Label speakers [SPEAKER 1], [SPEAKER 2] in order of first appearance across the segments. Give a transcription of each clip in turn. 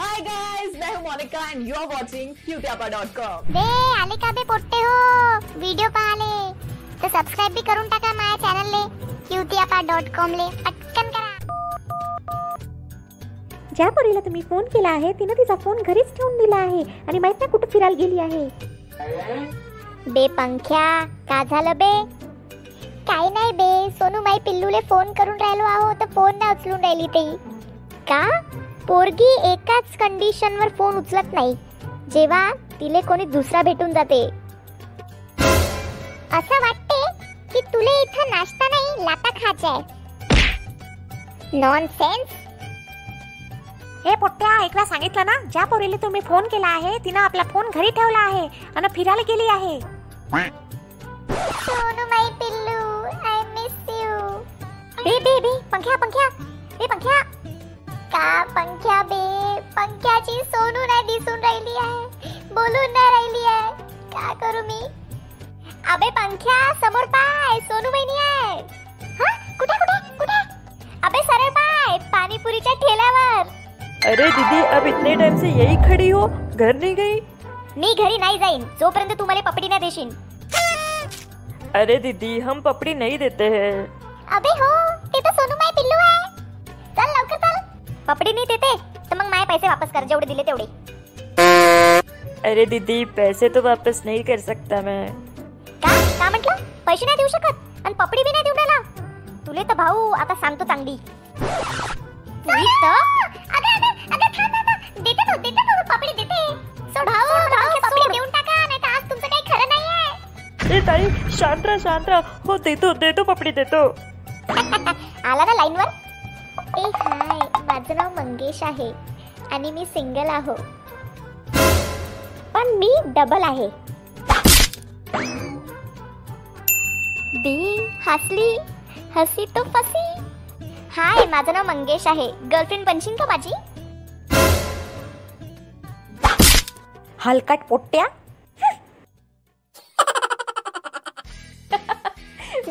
[SPEAKER 1] Hi guys, मैं हूं Monika and you're watching cutapa.com.
[SPEAKER 2] बे आले का बे पोट्टे हो व्हिडिओ पाहाले तर सबस्क्राईब बी करून टाका माझ्या चॅनल ले क्यूतियापा डॉट कॉम ले पटकन करा
[SPEAKER 3] ज्या पोरीला तुम्ही फोन केला आहे तिनं तिचा फोन घरीच ठेवून दिला आहे आणि माहित नाही कुठं फिरायला गेली आहे
[SPEAKER 2] बे पंख्या का झालं बे काही नाही बे सोनू माई पिल्लूले फोन करून राहिलो आहो तर फोन ना उचलून राहिली ते का पोरगी एकाच कंडिशनवर फोन उचलत नाही जेव्हा तिले कोणी दुसरा भेटून जाते असं वाटते की तुले इथं नाश्ता नाही लाटा खायचाय नॉन सेन्स
[SPEAKER 3] हे पोट्ट्या एकदा सांगितलं ना ज्या पोरीला तुम्ही फोन केला आहे तिनं आपला फोन घरी ठेवला आहे आणि फिरायला गेली आहे
[SPEAKER 2] सोनू माय पिल्लू आय मिस यू बे बे बे पंख्या पंख्या बे पंख्या का पंख्या बे पंख्याची सोनू नाही दिसून राहिली आहे बोलून नाही राहिली आहे का करू मी अबे पंख्या समोर पाय सोनू बहिणी आहे हा कुठे कुठे कुठे अबे सरळ पाय पाणीपुरीच्या ठेल्यावर
[SPEAKER 4] अरे दीदी अब इतने टाइम से यही खड़ी हो घर नहीं गई
[SPEAKER 2] मी घरी नाही जाईन जोपर्यंत तू मला पपडी नाही देशील
[SPEAKER 4] अरे दीदी हम पपड़ी नहीं देते हैं
[SPEAKER 2] अबे हो ते तर सोनू माय पिल्लू आहे चल लवकर चल पपडी नाही देते तर मग माय पैसे वापस कर जेवढे दिले तेवढे
[SPEAKER 4] अरे दीदी पैसे तो वापस नहीं कर सकता मैं
[SPEAKER 2] का का म्हटलं पैसे नाही देऊ शकत आणि पपडी बी नाही देऊ राहिला तुले तर भाऊ आता सांगतो चांगली तुही तर अरे अरे अरे थांब थांब देते तो देते तो पपडी देते सोड भाऊ भाऊ पपडी देऊन टाका नाही तर आज तुमचं काही खरं नाही आहे
[SPEAKER 4] अरे ताई शांत रहा शांत रहा हो दे दो तो दे दो पपड़ी दे तो। दो
[SPEAKER 2] आला ना लाईनवर ए हाय माझं नाव मंगेश आहे आणि मी सिंगल आहो पण मी डबल आहे बी हसली हसी तो फसी हाय माझं नाव मंगेश आहे गर्लफ्रेंड बनशील का माझी
[SPEAKER 3] हलकट पोट्ट्या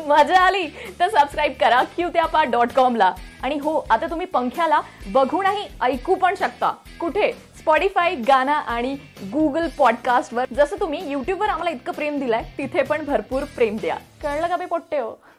[SPEAKER 1] मजा आली तर सबस्क्राईब करा qtapa.com ला आणि हो आता तुम्ही पंख्याला बघूनही ऐकू पण शकता कुठे स्पॉटीफाय गाना आणि गुगल पॉडकास्टवर जसं तुम्ही यूट्यूबवर आम्हाला इतकं प्रेम दिलंय तिथे पण भरपूर प्रेम द्या कळलं का बे पोट्टे हो